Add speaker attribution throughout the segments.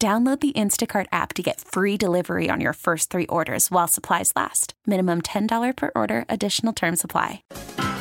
Speaker 1: Download the Instacart app to get free delivery on your first three orders while supplies last. Minimum $10 per order, additional term supply.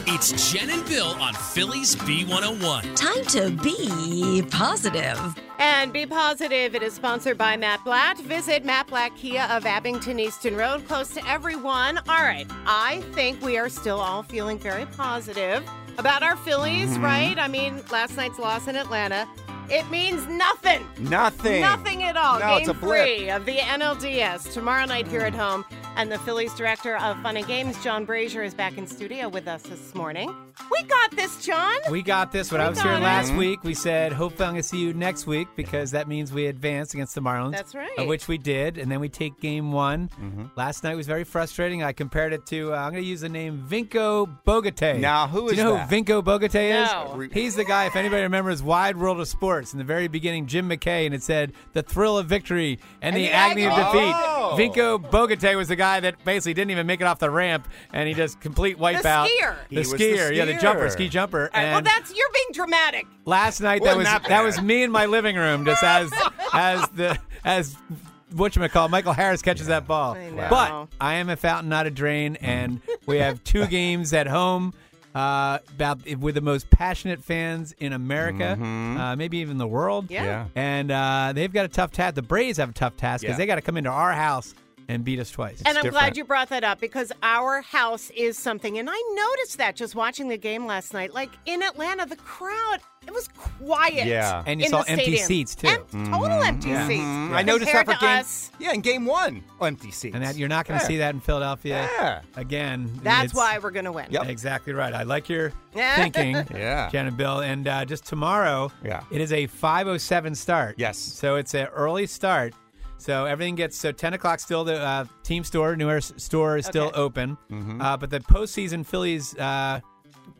Speaker 2: It's Jen and Bill on Phillies B101.
Speaker 3: Time to be positive.
Speaker 4: And Be Positive, it is sponsored by Matt Blatt. Visit Matt Blatt Kia of Abington Easton Road, close to everyone. All right, I think we are still all feeling very positive about our Phillies,
Speaker 5: Mm-hmm.
Speaker 4: right? I mean, last night's loss in Atlanta, it means nothing.
Speaker 5: Nothing.
Speaker 4: Nothing at all.
Speaker 5: No,
Speaker 4: Game
Speaker 5: it's a blip.
Speaker 4: three of the NLDS tomorrow night here at home. And the Phillies director of Fun and Games, John Brazier, is back in studio with us this morning. We got this, John.
Speaker 6: We got this. When I was here
Speaker 4: got it.
Speaker 6: last week, we said, hopefully I'm going to see you next week because that means we advance against the Marlins.
Speaker 4: That's right.
Speaker 6: Of which we did. And then we take game one.
Speaker 5: Mm-hmm.
Speaker 6: Last night was very frustrating. I compared it to, uh, I'm going to use the name Vinko Bogate.
Speaker 5: Now, who is
Speaker 6: Do you know
Speaker 5: that?
Speaker 6: who Vinko Bogate is?
Speaker 4: No.
Speaker 5: Re-
Speaker 6: He's the guy, if anybody remembers, Wide World of Sports. In the very beginning, Jim McKay, and it said, the thrill of victory and, the, agony, of defeat.
Speaker 5: Oh.
Speaker 6: Vinko Bogate was the guy that basically didn't even make it off the ramp, and he just complete wipeout.
Speaker 4: skier.
Speaker 6: The
Speaker 5: He was the
Speaker 6: skier. Yeah, the jumper,
Speaker 5: skier.
Speaker 6: ski jumper.
Speaker 4: All right, well,
Speaker 6: and-
Speaker 4: that's you're being dramatic.
Speaker 6: Last night that
Speaker 5: Wasn't
Speaker 6: was
Speaker 5: that
Speaker 6: that
Speaker 5: bad.
Speaker 6: was me in my living room just as as the as what you call Michael Harris catches that ball.
Speaker 4: I know.
Speaker 6: But I am a fountain, not a drain, and we have two games at home. Uh, about with the most passionate fans in America, uh, maybe even the world.
Speaker 4: Mm-hmm. Yeah. Yeah.
Speaker 6: and uh, they've got a tough task. The Braves have a tough task because
Speaker 5: Yeah.
Speaker 6: they got to come into our house and beat us twice.
Speaker 4: and I'm glad
Speaker 5: different.
Speaker 4: you brought that up because our house is something. And I noticed that just watching the game last night. Like in Atlanta, the crowd, it was quiet.
Speaker 5: Yeah.
Speaker 6: And you
Speaker 4: in
Speaker 6: saw
Speaker 4: the
Speaker 6: empty
Speaker 4: stadium.
Speaker 6: seats, too.
Speaker 4: Em-
Speaker 6: Mm-hmm.
Speaker 4: total empty seats.
Speaker 5: Mm, I noticed that
Speaker 4: compared
Speaker 5: for
Speaker 4: to
Speaker 5: game.
Speaker 4: us.
Speaker 5: Yeah, in game one, empty seats.
Speaker 6: and that you're not going to
Speaker 5: Yeah.
Speaker 6: see that in Philadelphia
Speaker 5: Yeah.
Speaker 6: again.
Speaker 4: That's
Speaker 6: It's-
Speaker 4: why we're gonna win.
Speaker 5: Yep.
Speaker 6: Exactly right. I like your
Speaker 4: Yeah.
Speaker 6: thinking,
Speaker 5: Yeah.
Speaker 6: Jen and Bill. And uh, just tomorrow,
Speaker 5: Yeah.
Speaker 6: it is a 5:07 start.
Speaker 5: Yes.
Speaker 6: So it's an early start. So everything gets so 10 o'clock still. The uh, team store, new Era store is still
Speaker 4: Okay.
Speaker 6: open.
Speaker 5: Mm-hmm.
Speaker 6: Uh, but the postseason Phillies, uh,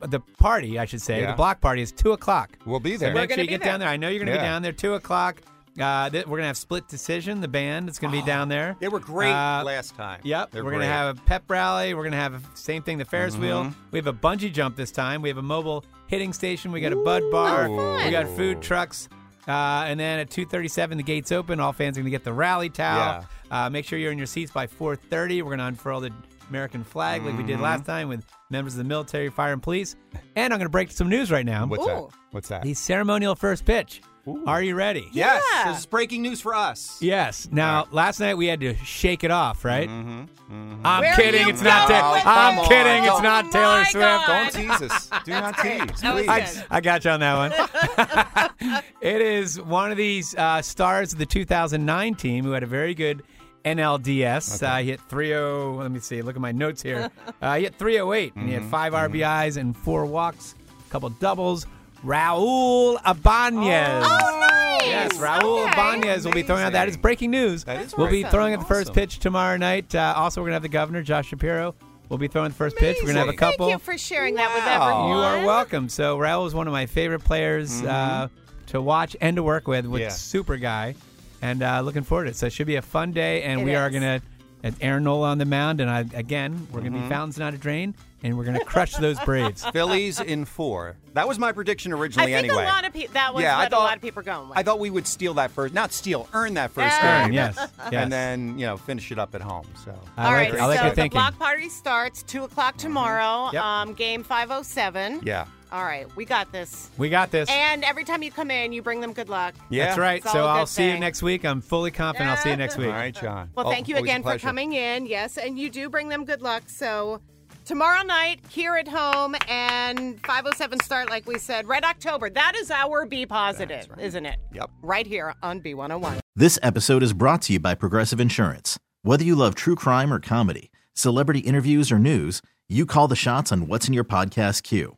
Speaker 6: the party, I should say,
Speaker 5: Yeah.
Speaker 6: the block party is two o'clock.
Speaker 5: We'll be
Speaker 6: So
Speaker 5: there.
Speaker 6: make sure
Speaker 4: gonna
Speaker 6: you
Speaker 4: be
Speaker 6: get down
Speaker 4: there.
Speaker 6: there. I know you're going to
Speaker 5: Yeah.
Speaker 6: be down there two o'clock. Uh, th- we're going to have split decision. The band it's
Speaker 4: Ah.
Speaker 6: going to be down there.
Speaker 5: They were great
Speaker 6: Uh,
Speaker 5: last time.
Speaker 6: Yep.
Speaker 5: They're
Speaker 6: we're going to
Speaker 5: great. Mm-hmm.
Speaker 6: have a pep rally. We're going to have a, same thing, the Ferris wheel. We have a bungee jump this time. We have a mobile hitting station. We got a bud bar. we got food trucks. Uh, and then at 2.37, the gates open. All fans are going to get the rally towel. Uh, make sure you're in your seats by 4.30. We're going to unfurl the American flag like we
Speaker 5: Mm-hmm.
Speaker 6: did last time with members of the military, fire, and police. And I'm going to break some news right now.
Speaker 5: What's
Speaker 4: Ooh.
Speaker 5: that? What's that?
Speaker 6: The ceremonial first pitch. Are you ready?
Speaker 5: yes.
Speaker 4: Yeah.
Speaker 5: This is breaking news for us.
Speaker 6: Yes. Now, last night we had to shake it off, right? I'm
Speaker 4: Where are
Speaker 6: kidding.
Speaker 4: you
Speaker 6: It's not.
Speaker 4: going
Speaker 6: Ta-
Speaker 4: with
Speaker 6: I'm
Speaker 4: this?
Speaker 6: kidding.
Speaker 4: Oh
Speaker 6: It's not Taylor
Speaker 4: my
Speaker 6: Swift.
Speaker 4: God.
Speaker 5: Don't tease us. Do not tease.
Speaker 4: That was
Speaker 5: please.
Speaker 4: good.
Speaker 6: I got you on that one. it is one of these uh, stars of the 2009 team who had a very good NLDS. Uh, he hit 30. Let me see. Look at my notes here. Uh, he hit 308, and he had 5 RBIs and four walks, a couple doubles. Raul Abanez.
Speaker 4: Oh,
Speaker 6: Yes, Raul
Speaker 4: Okay.
Speaker 6: Abanez will be throwing out. That is
Speaker 5: Amazing.
Speaker 6: breaking news.
Speaker 5: That is
Speaker 6: we'll be
Speaker 5: awesome.
Speaker 6: throwing at the first
Speaker 5: Awesome.
Speaker 6: pitch tomorrow night. Uh, also, we're gonna have the governor, Josh Shapiro. We'll be throwing the first pitch. We're gonna have a
Speaker 5: Amazing.
Speaker 6: couple.
Speaker 4: Thank you for sharing that with
Speaker 5: Wow.
Speaker 4: everyone.
Speaker 6: You are welcome. So Raul is one of my favorite players uh,
Speaker 4: Mm-hmm.
Speaker 6: to watch and to work with. With
Speaker 5: Yeah.
Speaker 6: super guy, and uh, looking forward to it. So it should be a fun day, and
Speaker 4: It
Speaker 6: we are
Speaker 4: is.
Speaker 6: gonna. And Aaron Nola on the mound, and I again, we're
Speaker 4: Mm-hmm.
Speaker 6: gonna be fountains not a drain, and we're gonna crush those Braves.
Speaker 5: Phillies in four. That was my prediction
Speaker 4: I
Speaker 5: originally.
Speaker 4: think
Speaker 5: anyway.
Speaker 4: a lot of people. That was
Speaker 5: yeah,
Speaker 4: what
Speaker 5: I thought
Speaker 4: a lot of people are going with.
Speaker 5: I thought we would steal that first, not steal, earn that first
Speaker 4: Earn,
Speaker 5: game,
Speaker 6: yes, yes.
Speaker 5: and then you know finish it up at home. So
Speaker 6: I
Speaker 4: All
Speaker 6: like-
Speaker 4: right,
Speaker 6: I like
Speaker 4: so
Speaker 6: your
Speaker 4: the
Speaker 6: thinking. Mm-hmm.
Speaker 4: block party starts two o'clock tomorrow.
Speaker 6: Yep.
Speaker 4: Um, game five oh seven.
Speaker 5: yeah,
Speaker 4: All right, we got this.
Speaker 6: We got this.
Speaker 4: And every time you come in, you bring them good luck.
Speaker 5: Yeah.
Speaker 6: That's right.
Speaker 4: It's all
Speaker 6: So
Speaker 4: a
Speaker 6: I'll
Speaker 4: good
Speaker 6: see you
Speaker 4: thing.
Speaker 6: next week. I'm fully confident. I'll see you next week.
Speaker 5: All right, John.
Speaker 4: Well,
Speaker 5: Oh,
Speaker 4: thank you
Speaker 5: always a
Speaker 4: again for
Speaker 5: pleasure.
Speaker 4: coming in. Yes, and you do bring them good luck. So tomorrow night here at home and 507 start like we said red october that is our b positive isn't it
Speaker 5: Yep.
Speaker 4: right here on b101
Speaker 7: This episode is brought to you by Progressive Insurance. Whether you love true crime or comedy, celebrity interviews or news, you call the shots on what's in your podcast queue.